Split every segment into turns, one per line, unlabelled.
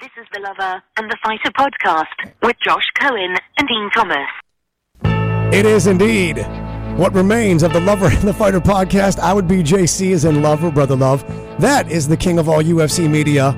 This is The Lover and the Fighter podcast with Josh Cohen and Dean Thomas.
It is indeed what remains of the Lover and the Fighter podcast. I would be JC as in lover, brother love. That is the king of all UFC media,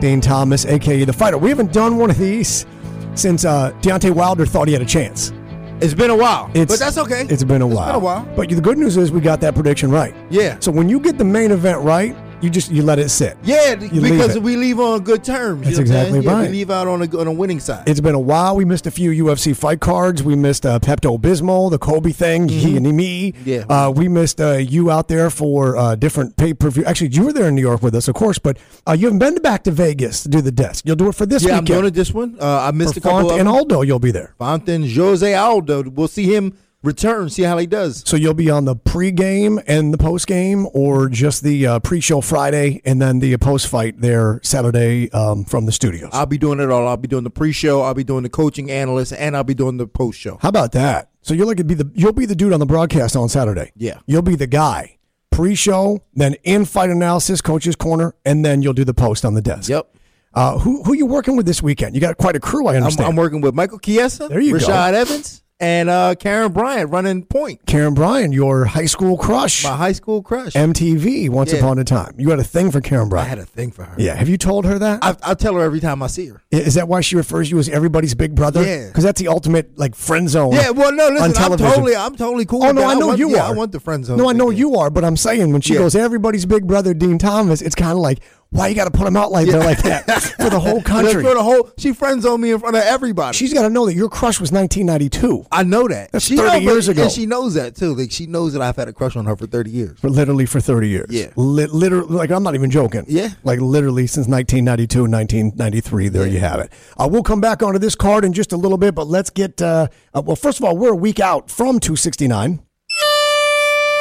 Dean Thomas, aka the Fighter. We haven't done one of these since uh, Deontay Wilder thought he had a chance.
It's been a while,
It's-
but that's okay.
It's been a while.
a while.
But the good news is we got that prediction right.
yeah,
So when you get the main event right, you just you let it sit.
yeah,
You leave
because
it.
we leave on good terms.
That's
you know what
exactly
I'm saying? yeah,
right.
We leave out on a on a winning side.
It's been a while. We missed a few UFC fight cards. We missed uh, Pepto Bismol, the Kobe thing, he and me.
Mm-hmm. Yeah.
Uh, we missed uh, you out there for uh, different pay per view. Actually, you were there in New York with us, of course, but uh, you haven't been back to Vegas to do the desk. You'll do it for this
yeah, I'm
weekend.
doing it this one. Uh, I missed
for
a couple
Font
of
and
them.
Aldo, you'll be there.
Fonten, Jose Aldo. We'll see him return. See how he does.
So you'll be on the pre-game and the post-game, or just the uh, pre-show Friday and then the post-fight there Saturday um, from the studios.
I'll be doing it all. I'll be doing the pre-show. I'll be doing the coaching analyst, and I'll be doing the post-show.
How about that? So you're like be the you'll be the dude on the broadcast on Saturday.
Yeah.
You'll be the guy. Pre-show, then in-fight analysis, coach's corner, and then you'll do the post on the desk.
Yep.
Uh, who who you working with this weekend? You got quite a crew, I
I'm,
understand.
I'm working with Michael Chiesa,
There you go.
Rashad Evans, and uh, Karen Bryant running point.
Karen Bryan, your high school crush,
My high school crush.
MTV. Once
Yeah.
upon a time, you had a thing for Karen
I
Bryan.
had a thing for her.
yeah. Have you told her that?
I, I tell her every time I see her.
Is that why she refers you as everybody's big brother?
Yeah.
Because that's the ultimate like friend zone.
Yeah, well, no, listen, I'm
television.
totally, I'm totally cool.
Oh
with
no,
that.
I know
want-
you
yeah,
are.
I want the friend zone.
No, I
thing,
know
yeah.
you are, but I'm saying when she
Yeah.
goes, everybody's big brother Dean Thomas. It's kind of like why you got to put him out like that, like that for the whole
That's
country.
for the whole. She friend zoned me in front of everybody.
She's got to know that your crush was 1992,
I know that.
That's
she
30
knows-
years ago.
and she knows that too. Like she knows that I've had a crush on her for thirty years.
for literally for 30 years.
Yeah.
Lit literally, like I'm not even joking.
Yeah.
like literally since 1992, 1993. There you have it. Uh, we'll come back onto this card in just a little bit, but let's get. Uh, uh, well, first of all, we're a week out from 269.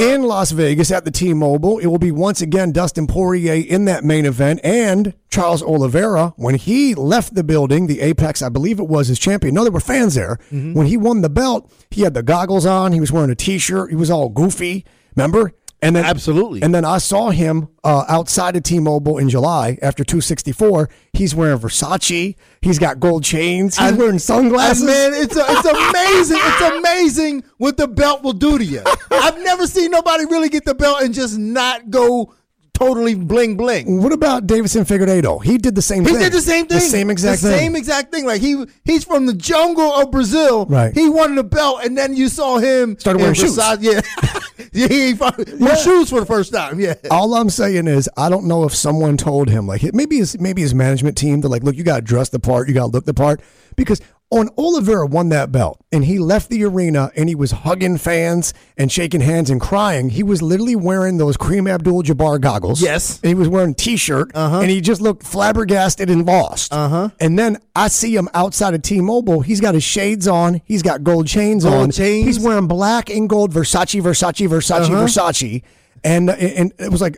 in Las Vegas at the T-Mobile. It will be once again Dustin Poirier in that main event and Charles Oliveira when he left the building, the Apex, I believe it was his champion. No, there were fans there.
Mm-hmm.
When he won the belt, he had the goggles on, he was wearing a t-shirt, he was all goofy, remember? And then
Absolutely.
And then I saw him uh, outside of T-Mobile in July after 264. He's wearing Versace. He's got gold chains. He's wearing sunglasses.
man, it's a, it's amazing. it's amazing what the belt will do to you. I've never seen nobody really get the belt and just not go totally bling bling.
What about Davison Figueiredo? He did the same
He
thing.
did the same thing.
The same exact
the
thing.
Same exact thing. Like he he's from the jungle of Brazil.
Right.
He won the belt, and then you saw him
Started
in
wearing shoes.
Versace- Yeah. yeah. He wore shoes for the first time. Yeah.
All I'm saying is, I don't know if someone told him, like maybe his maybe his management team. They're like, look, you got to dress the part, you got to look the part, because on Oliveira won that belt and he left the arena and he was hugging fans and shaking hands and crying. He was literally wearing those Cream Abdul-Jabbar goggles.
Yes.
and he was wearing a t-shirt and he just looked flabbergasted and lost. Uh huh. And then I see him outside of T-Mobile. He's got his shades on. He's got gold chains
Gold
on.
chains. Uh-huh.
He's wearing black and gold Versace, Versace, Versace, Versace, and and it was like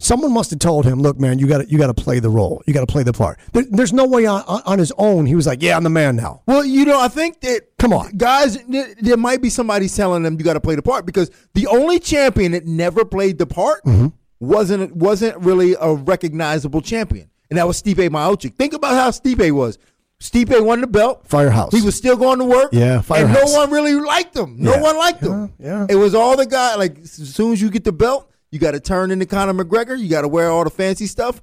someone must have told him, "Look, man, you got to you got to play the role, you got to play the part." There, there's no way on, on on his own. He was like, "Yeah, I'm the man now."
Well, you know, I think that
Come on.
guys, there, there might be somebody telling them you got to play the part because the only champion that never played the part
Mm-hmm.
wasn't wasn't really a recognizable champion, and that was Stipe Miocic. Think about how Stipe was. Stipe won the belt.
Firehouse.
He was still going to work.
Yeah,
And
Firehouse.
no one really liked him. No
Yeah.
one liked him.
Yeah, yeah.
It was all the guy. Like as soon as you get the belt, you got to turn into Conor McGregor. You got to wear all the fancy stuff,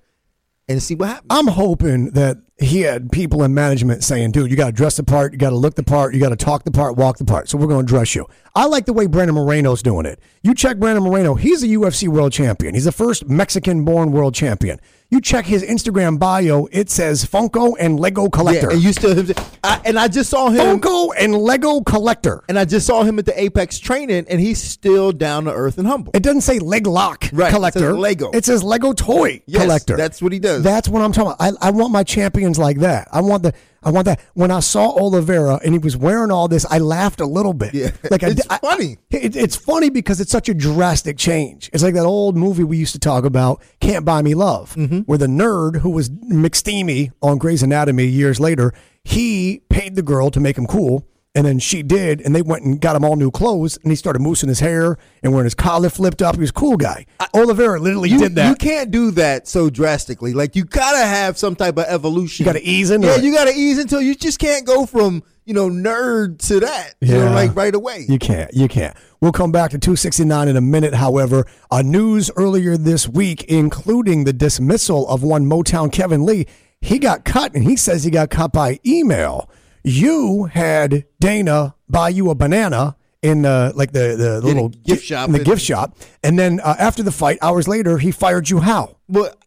and see what happens.
I'm hoping that he had people in management saying, "Dude, you got to dress the part, you got to look the part, you got to talk the part, walk the part." So we're going to dress you. I like the way Brandon Moreno's doing it. You check Brandon Moreno; he's a UFC world champion. He's the first Mexican-born world champion. You check his Instagram bio; it says Funko and Lego collector.
Yeah, and you still him. I, and I just saw him.
Funko and Lego collector.
And I just saw him at the Apex training, and he's still down to earth and humble.
It doesn't say leg lock
Right, it
collector.
says Lego.
It says Lego toy
Yes,
collector.
that's what he does.
That's what I'm talking about. I, I want my champions like that. I want the I want that. When I saw Oliveira and he was wearing all this, I laughed a little bit.
Yeah.
Like I,
It's
I-
funny.
it, it's funny because it's such a drastic change. It's like that old movie we used to talk about, Can't Buy Me Love,
Mm-hmm.
where the nerd who was McSteamy on Grey's Anatomy years later, he paid the girl to make him cool. And then she did, and they went and got him all new clothes, and he started moosing his hair and wearing his collar flipped up. He was a cool guy. Oliveira literally
You,
did that.
you can't do that so drastically. Like you gotta have some type of evolution.
You gotta ease into
Yeah,
it.
you gotta ease until you just can't go from you know nerd to that. You know,
Yeah.
like right away.
You can't. You can't. We'll come back to 269 in a minute. However, uh, news earlier this week, including the dismissal of one Motown Kevin Lee, he got cut and he says he got cut by email. You had Dana buy you a banana in uh, like the, the, little
gift shop
In the
and-
gift shop. And then uh, after the fight, hours later, he fired you how?
But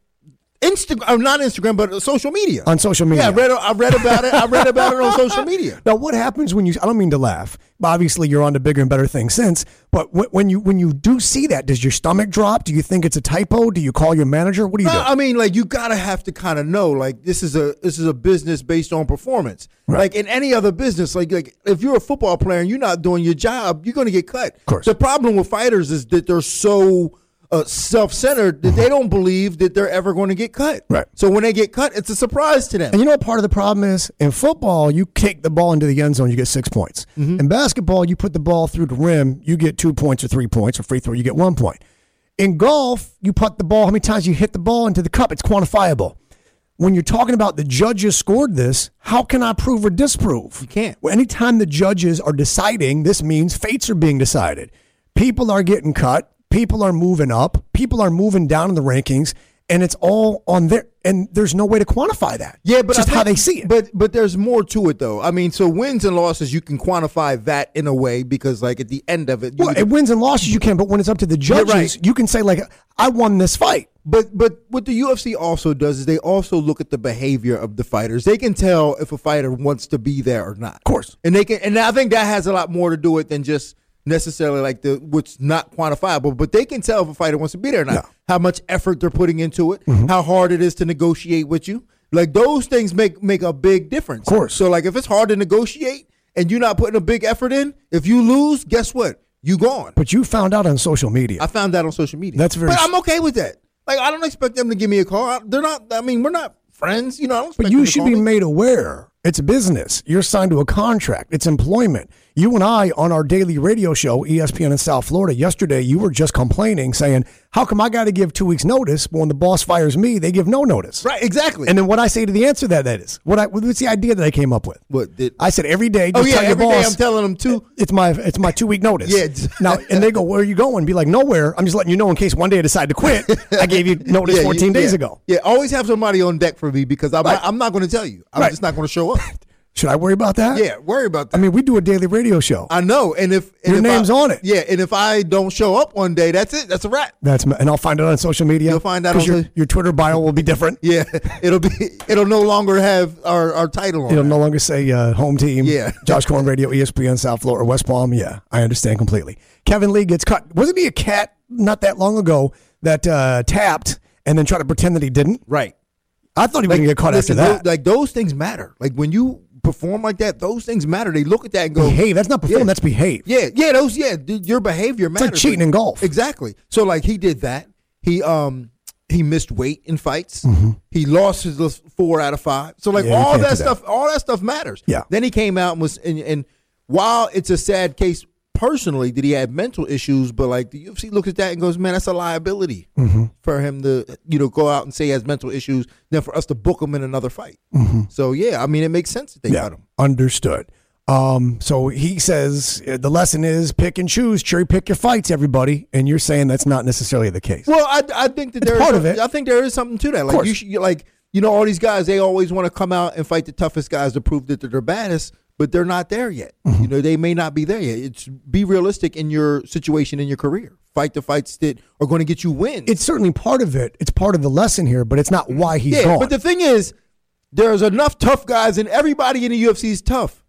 Instagram, or not Instagram, but uh, social media.
On social media.
Yeah, I read. I read about it. I read about it on social media.
Now, what happens when you? I don't mean to laugh. But obviously, you're on to bigger and better things since. But when, when you when you do see that, does your stomach drop? Do you think it's a typo? Do you call your manager? What do you
No,
do?
I mean, like you gotta have to kind of know, like this is a this is a business based on performance. Like in any other business, like like if you're a football player and you're not doing your job, you're gonna get cut. Of
course.
The problem with fighters is that they're so uh, self centered that they don't believe that they're ever going to get cut.
Mm-hmm. Right.
So when they get cut, it's a surprise to them.
And you know what part of the problem is? In football, you kick the ball into the end zone, you get six points.
Mm-hmm.
In basketball, you put the ball through the rim, you get two points or three points. Or free throw, you get one point. In golf, you putt the ball, how many times you hit the ball into the cup? It's quantifiable. When you're talking about the judges scored this, how can I prove or disprove? You
can't.
Well, anytime the judges are deciding, this means fates are being decided. People are getting cut. People are moving up. People are moving down in the rankings, and it's all on there. And there's no way to quantify that.
Yeah, but
It's
I
just how they
think-
see it.
But but there's more to it though. I mean, so wins and losses you can quantify that in a way because like at the end of it, you
well,
can-
it wins and losses you can, but when it's up to the
You're
judges,
right.
you can say like, "I won this fight."
But but what the UFC also does is they also look at the behavior of the fighters. They can tell if a fighter wants to be there or not. Of
course.
And they can and I think that has a lot more to do with than just necessarily like the what's not quantifiable, but they can tell if a fighter wants to be there or not. How much effort they're putting into it, how hard it is to negotiate with you. Like those things make make a big difference. Of
course.
So like if it's hard to negotiate and you're not putting a big effort in, if you lose, guess what? You gone.
But you found out on social media.
I found that on social media.
That's very
But
s-
I'm okay with that. Like I don't expect them to give me a call. I, they're not. I mean, we're not friends. You know. I don't expect
But
them
you
to
should
call
be
me.
made aware. It's business. You're signed to a contract. It's employment. You and I on our daily radio show, E ESPN in South Florida, yesterday, you were just complaining, saying, How come I got to give two weeks' notice? But when the boss fires me, they give no notice.
right. Exactly.
And then what I say to the answer to that, that is, what I, what's the idea that I came up with?
What did-
I said, Every day,
oh
just
yeah,
tell your
every day
boss,
I'm telling them too.
it's my it's my two week notice.
Yeah, it's-
now and they go, where are you going? Be like, nowhere. I'm just letting you know in case one day I decide to quit. I gave you notice
Yeah, you-
14 days
yeah.
ago.
Yeah, always have somebody on deck for me because I'm
Right.
not, I'm not going to tell you. I'm
Right.
just not going to show up.
Should I worry about that?
Yeah, worry
I
about that.
mean, we do a daily radio show.
I know. And if and
Your
if
name's
I-
on it.
Yeah, and if I don't show up one day, that's it. That's a wrap.
That's my, and I'll find it on social media.
You'll find out
'Cause
on
your,
so-
your Twitter bio will be different.
Yeah, it'll be. It'll no longer have our, our title on.
It'll
it.
no longer say uh, home team.
Yeah.
Josh Corn Radio, E ESPN, South Florida, West Palm. Yeah, I understand completely. Kevin Lee gets cut. Wasn't he a cat not that long ago that uh, tapped and then tried to pretend that he didn't?
Right.
I thought he was going to get caught
listen,
after that.
tho- like those things matter. Like when you perform like that, those things matter. They look at that and go,
behave. That's not perform.
Yeah.
That's behave.
yeah, yeah, those, yeah, th- your behavior
like
matters.
cheating in golf.
Exactly. So like he did that. He um he missed weight in fights. He lost his last four out of five. So like
Mm-hmm. Yeah, you
all
can't do
that
that.
stuff, all that stuff matters.
Yeah.
Then he came out and was and, and while it's a sad case personally that he had mental issues, but like the UFC looks at that and goes, man, that's a liability
Mm-hmm.
for him to you know go out and say he has mental issues, then for us to book him in another fight.
Mm-hmm.
So yeah, I mean it makes sense that they cut him.
Understood. Um, so he says uh, the lesson is pick and choose, cherry pick your fights, everybody. And you're saying that's not necessarily the case.
Well, I, I think that there's
part of it.
I think there is something to that. Like you
course.
should, you- like you know, all these guys they always want to come out and fight the toughest guys to prove that they're the baddest, but they're not there yet.
Mm-hmm.
You know, they may not be there yet. It's be realistic in your situation in your career. Fight the fights that are going to get you wins.
it's certainly part of it. It's part of the lesson here, but it's not why he's
Mm-hmm. yeah,
gone.
but the thing is, there's enough tough guys, and everybody in the UFC is tough.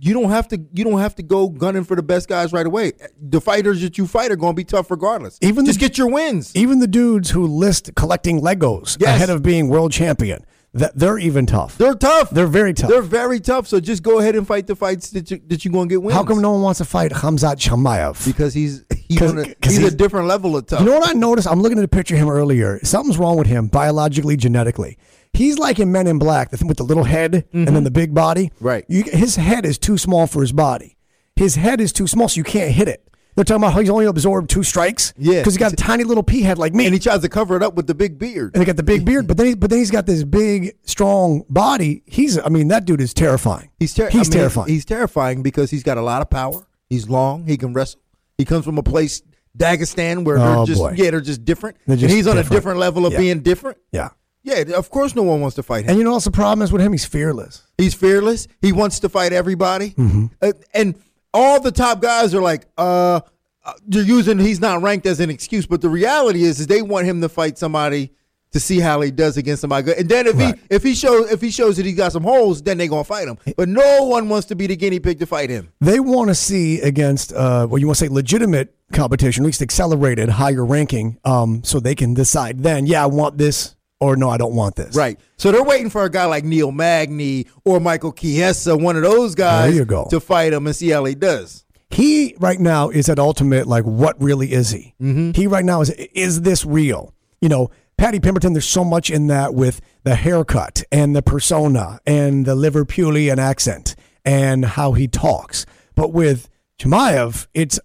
You don't have to. You don't have to go gunning for the best guys right away. The fighters that you fight are going to be tough regardless.
Even the-
just get your wins.
even the dudes who list collecting Legos
Yes.
ahead of being world champion, that they're even tough.
They're tough.
They're very tough.
They're very tough. So just go ahead and fight the fights that you that you're gonna get wins.
How come no one wants to fight Hamzat Shamayev?
Because he's he's,
'Cause-
on a,
'cause
he's,
he's-
a different level of tough.
You know what I noticed? I'm looking at a picture of him earlier. Something's wrong with him biologically, genetically. He's like in Men in Black, the thing with the little head and then the big body.
Mm-hmm. Right.
You, his head is too small for his body. His head is too small, so you can't hit it. They're talking about how he's only absorbed two strikes.
Yeah.
Because he got a tiny little pea head like me.
And he tries to cover it up with the big beard.
and they got the big beard, but then he, but then he's got this big, strong body. He's I mean that dude is terrifying.
He's, ter- I
he's
mean,
terrifying.
He's terrifying because he's got a lot of power. He's long. He can wrestle. He comes from a place, Dagestan, where
Oh,
they're just
boy.
yeah, they're just different.
They're
and
just
he's on a
different.
different level of
Yeah.
being different.
yeah,
Yeah, of course, no one wants to fight him.
and you know what's the problem is with him? He's fearless.
He's fearless. He wants to fight everybody.
Mm-hmm.
Uh, and all the top guys are like, uh, uh, they're using he's not ranked as an excuse. But the reality is, is they want him to fight somebody to see how he does against somebody good. And then if
Right.
he if he shows if he shows that he got some holes, then they gonna fight him. But no one wants to be the guinea pig to fight him.
They want to see against uh, well, you want to say legitimate competition, at least accelerated, higher ranking, um, so they can decide then. Yeah, I want this, or no, I don't want this.
Right. So they're waiting for a guy like Neil Magny or Michael Chiesa, one of those guys,
you go.
to fight him and see how he does.
He right now is at ultimate like what really is he? He right now is is this real? You know, Patty Pemberton. There's so much in that with the haircut and the persona and the Liverpoolian accent and how he talks. But with Chimaev, it's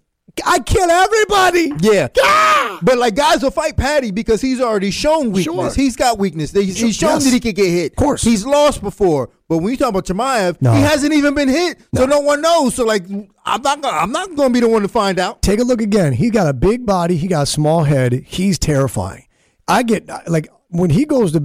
I kill everybody.
Yeah. But like guys will fight Patty because he's already shown weakness.
Sure.
He's got weakness. He's, he's shown
Yes.
that he could get hit. Of
course.
He's lost before. But when you talk about Chimaev,
No.
he hasn't even been hit. So no one knows. So like I'm not gonna I'm not gonna be the one to find out.
Take a look again. He got a big body. He got a small head. He's terrifying. I get like when he goes to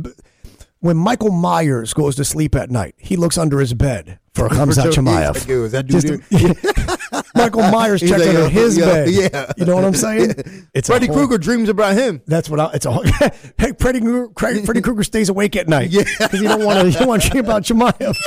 when Michael Myers goes to sleep at night. He looks under his bed for Hamza
Joe-
Chimaev.
he's like, "Yo, is that dude
Just a- Michael Myers
He's
checked
like,
under
"Yo,
his
yo,
bed.
yeah.
you know what I'm saying? It's a
Freddy
whole-
Krueger dreams about him.
That's what I. It's a whole- hey, Freddy Krueger. Craig- Freddy Krueger stays awake at night. Yeah, because you don't want to. You don't want to dream about Chimaev.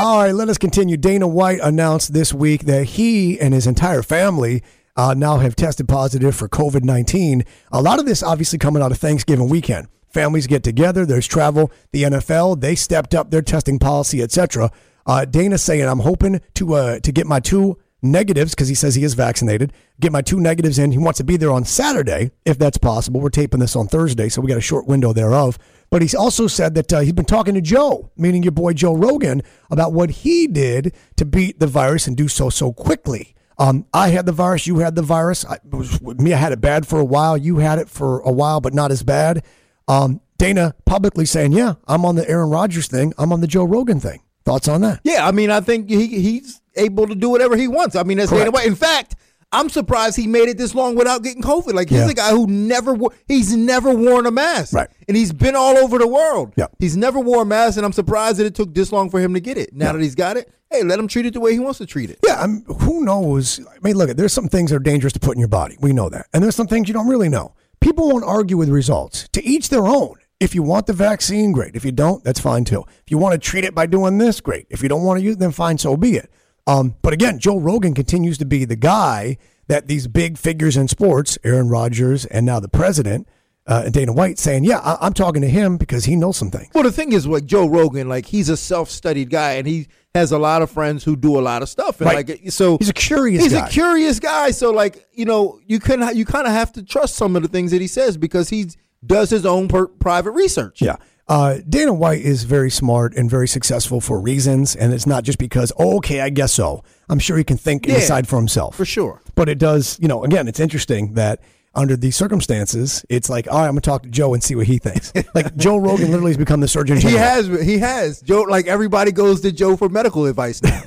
All right, let us continue. Dana White announced this week that he and his entire family uh, now have tested positive for COVID 19. A lot of this obviously coming out of Thanksgiving weekend. Families get together, there's travel. The NFL, they stepped up their testing policy, etc. Uh, Dana saying, I'm hoping to, uh, to get my two negatives because he says he is vaccinated, get my two negatives in. He wants to be there on Saturday if that's possible. We're taping this on Thursday, so we got a short window thereof. But he's also said that uh, he's been talking to Joe, meaning your boy Joe Rogan, about what he did to beat the virus and do so so quickly. Um, I had the virus, you had the virus. I, it was, me, I had it bad for a while. You had it for a while, but not as bad. Um, Dana publicly saying, "Yeah, I'm on the Aaron Rodgers thing. I'm on the Joe Rogan thing." Thoughts on that?
Yeah, I mean, I think he he's able to do whatever he wants. I mean, that's
Correct.
Dana White. In fact, I'm surprised he made it this long without getting COVID. Like he's
Yeah.
a guy who never wo- he's never worn a mask,
Right.
And he's been all over the world.
Yep.
he's never wore a mask, and I'm surprised that it took this long for him to get it. Now that he's got it, hey, let him treat it the way he wants to treat it.
Yeah, I'm, who knows? I mean, look, there's some things that are dangerous to put in your body. We know that. And there's some things you don't really know. People won't argue with results. To each their own. If you want the vaccine, great. If you don't, that's fine too. If you want to treat it by doing this, great. If you don't want to use it, then fine, so be it. Um, but again, Joe Rogan continues to be the guy that these big figures in sports, Aaron Rodgers and now the president, uh, and Dana White, saying, yeah, I- I'm talking to him because he knows some things.
Well, the thing is, like Joe Rogan, like he's a self-studied guy, and he has a lot of friends who do a lot of stuff, and
Right.
like so
He's a curious
He's
guy.
a curious guy, so like you know, you couldn't, you kind of have to trust some of the things that he says because he does his own per- private research.
Yeah. Uh, Dana White is very smart and very successful for reasons, and it's not just because, oh, okay, I guess so. I'm sure he can think and
Yeah,
decide for himself.
for sure.
But it does, you know, again, it's interesting that under these circumstances, it's like, all right, I'm going to talk to Joe and see what he thinks. like, Joe Rogan literally has become the surgeon
He
general.
has, he has Joe. Like everybody goes to Joe for medical advice now,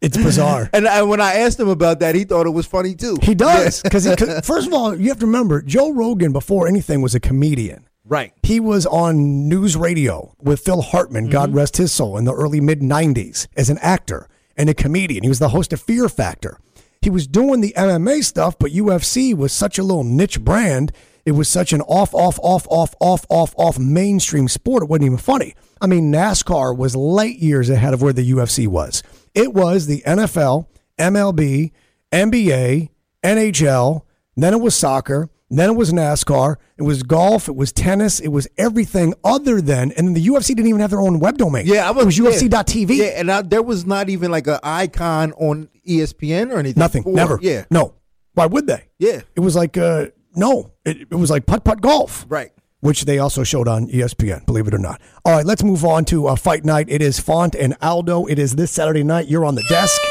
It's bizarre.
and I, when I asked him about that, he thought it was funny too.
he does. Because, first of all, you have to remember, Joe Rogan, before anything, was a comedian.
right.
He was on news radio with Phil Hartman, God rest his soul, in the early mid 90s as an actor and a comedian. He was the host of Fear Factor. He was doing the MMA stuff, but UFC was such a little niche brand. It was such an off, off, off, off, off, off, off mainstream sport. It wasn't even funny. I mean, NASCAR was light years ahead of where the UFC was. It was the NFL, MLB, NBA, NHL, then it was soccer. Then it was NASCAR. It was golf. It was tennis. It was everything other than, and the UFC didn't even have their own web domain.
Yeah, I was,
it was
yeah.
UFC.tv.
Yeah, and I, there was not even like an icon on E ESPN or anything.
Nothing.
for-
never.
Yeah.
No. Why would they?
Yeah.
It was like, uh, no. It, it was like putt putt golf.
Right.
which they also showed on E ESPN, believe it or not. All right, let's move on to uh, fight night. It is Font and Aldo. It is this Saturday night. You're on the desk.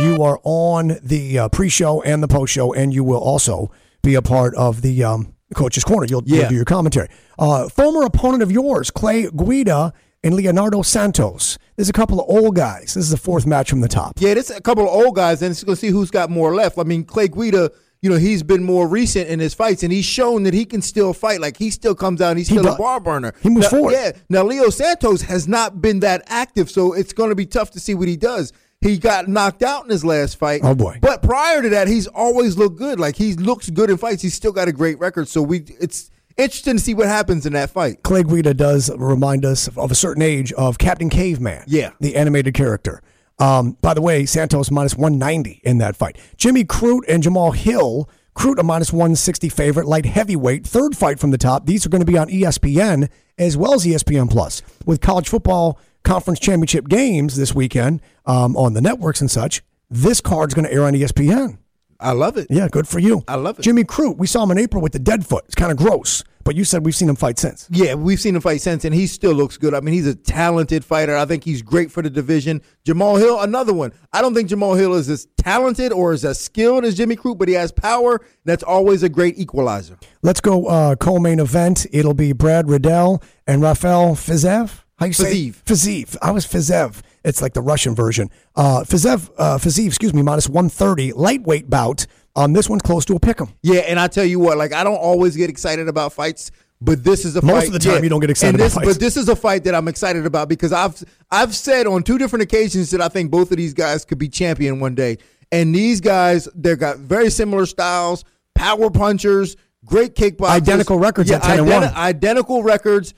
You are on the uh, pre-show and the post-show, and you will also be a part of the um, coach's corner. You'll, you'll
Yeah.
do your commentary. Uh, former opponent of yours, Clay Guida and Leonardo Santos. There's a couple of old guys. This is the fourth match from the top.
Yeah, this a couple of old guys, and it's going to see who's got more left. I mean, Clay Guida, you know, he's been more recent in his fights, and he's shown that he can still fight. Like he still comes out, and he's still
does.
a bar burner.
He moves
Now-
forward.
Yeah. Now Leo Santos has not been that active, so it's going to be tough to see what he does. He got knocked out in his last fight.
Oh, boy.
But prior to that, he's always looked good. Like he looks good in fights. He's still got a great record. So we, it's interesting to see what happens in that fight.
Clay Guida does remind us of a certain age of Captain Caveman.
Yeah.
The animated character. Um, by the way, Santos minus 190 in that fight. Jimmy Crute and Jamal Hill. Crute a minus 160 favorite, light heavyweight. Third fight from the top. These are going to be on E ESPN as well as E ESPN Plus. With college football conference championship games this weekend um, on the networks and such, this card's going to air on E ESPN.
I love it.
Yeah, good for you.
I love it.
Jimmy Crute, we saw him in April with the dead foot. It's kind of gross, but you said we've seen him fight since.
Yeah, we've seen him fight since, and he still looks good. I mean, he's a talented fighter. I think he's great for the division. Jamal Hill, another one. I don't think Jamal Hill is as talented or as, as skilled as Jimmy Crute, but he has power. That's always a great equalizer.
Let's go uh, co-main event. It'll be Brad Riddell and Rafael Fizev. How you say it? Fizev. I was Fizev. It's like the Russian version. Uh, Fizev, uh, Fizev, excuse me, minus 130, lightweight bout. Um, this one's close to a pick'em.
Yeah, and I tell you what, like I don't always get excited about fights, but this is a
Most
fight.
of the time
yeah,
you don't get excited
and
about
this,
fights.
But this is a fight that I'm excited about because I've I've said on two different occasions that I think both of these guys could be champion one day. And these guys, they've got very similar styles, power punchers, great kickboxers,
Identical records
yeah,
at 10 and 1.
identical records.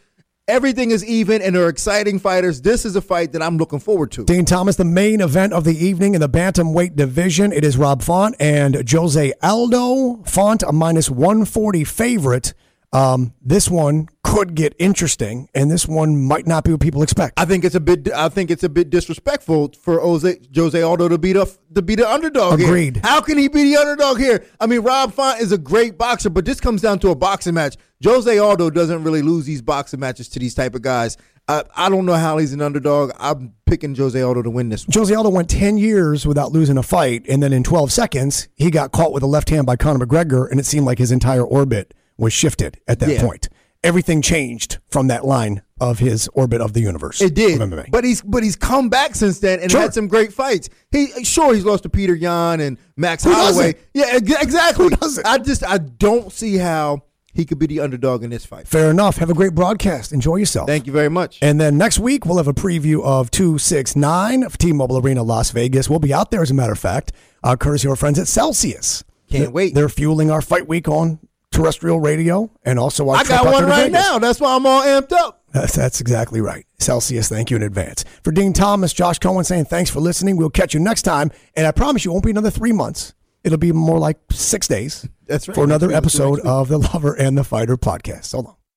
Everything is even, and they're exciting fighters. This is a fight that I'm looking forward to.
Dean Thomas, the main event of the evening in the bantamweight division. It is Rob Font and Jose Aldo. Font a minus 140 favorite. Um, this one could get interesting, and this one might not be what people expect.
I think it's a bit. I think it's a bit disrespectful for Jose, Jose Aldo to beat up to be the underdog. here.
Agreed.
How can he be the underdog here? I mean, Rob Font is a great boxer, but this comes down to a boxing match. Jose Aldo doesn't really lose these boxing matches to these type of guys. I, I don't know how he's an underdog. I'm picking Jose Aldo to win this. one.
Jose Aldo went 10 years without losing a fight, and then in 12 seconds, he got caught with a left hand by Conor McGregor, and it seemed like his entire orbit was shifted at that
Yeah.
point. Everything changed from that line of his orbit of the universe.
It did,
of MMA.
but he's but he's come back since then and
Sure.
had some great fights. He sure he's lost to Peter Yan and Max Holloway.
doesn't?
Yeah, ex- exactly.
Who doesn't?
I just I don't see how he could be the underdog in this fight.
Fair enough. Have a great broadcast. Enjoy yourself.
Thank you very much.
And then next week, we'll have a preview of 269 of T Mobile Arena Las Vegas. We'll be out there, as a matter of fact, uh, courtesy of our friends at Celsius.
Can't
They're-
wait.
They're fueling our fight week on terrestrial radio and also our
I
trip out
got
there
one
to
right
Vegas.
now. That's why I'm all amped up.
That's, that's exactly right. Celsius, thank you in advance. For Dean Thomas, Josh Cohen saying thanks for listening. We'll catch you next time. And I promise you, it won't be another three months. It'll be more like six days
That's right.
for another
Next week, we'll
episode
do next week.
of the Lover and the Fighter podcast. So long.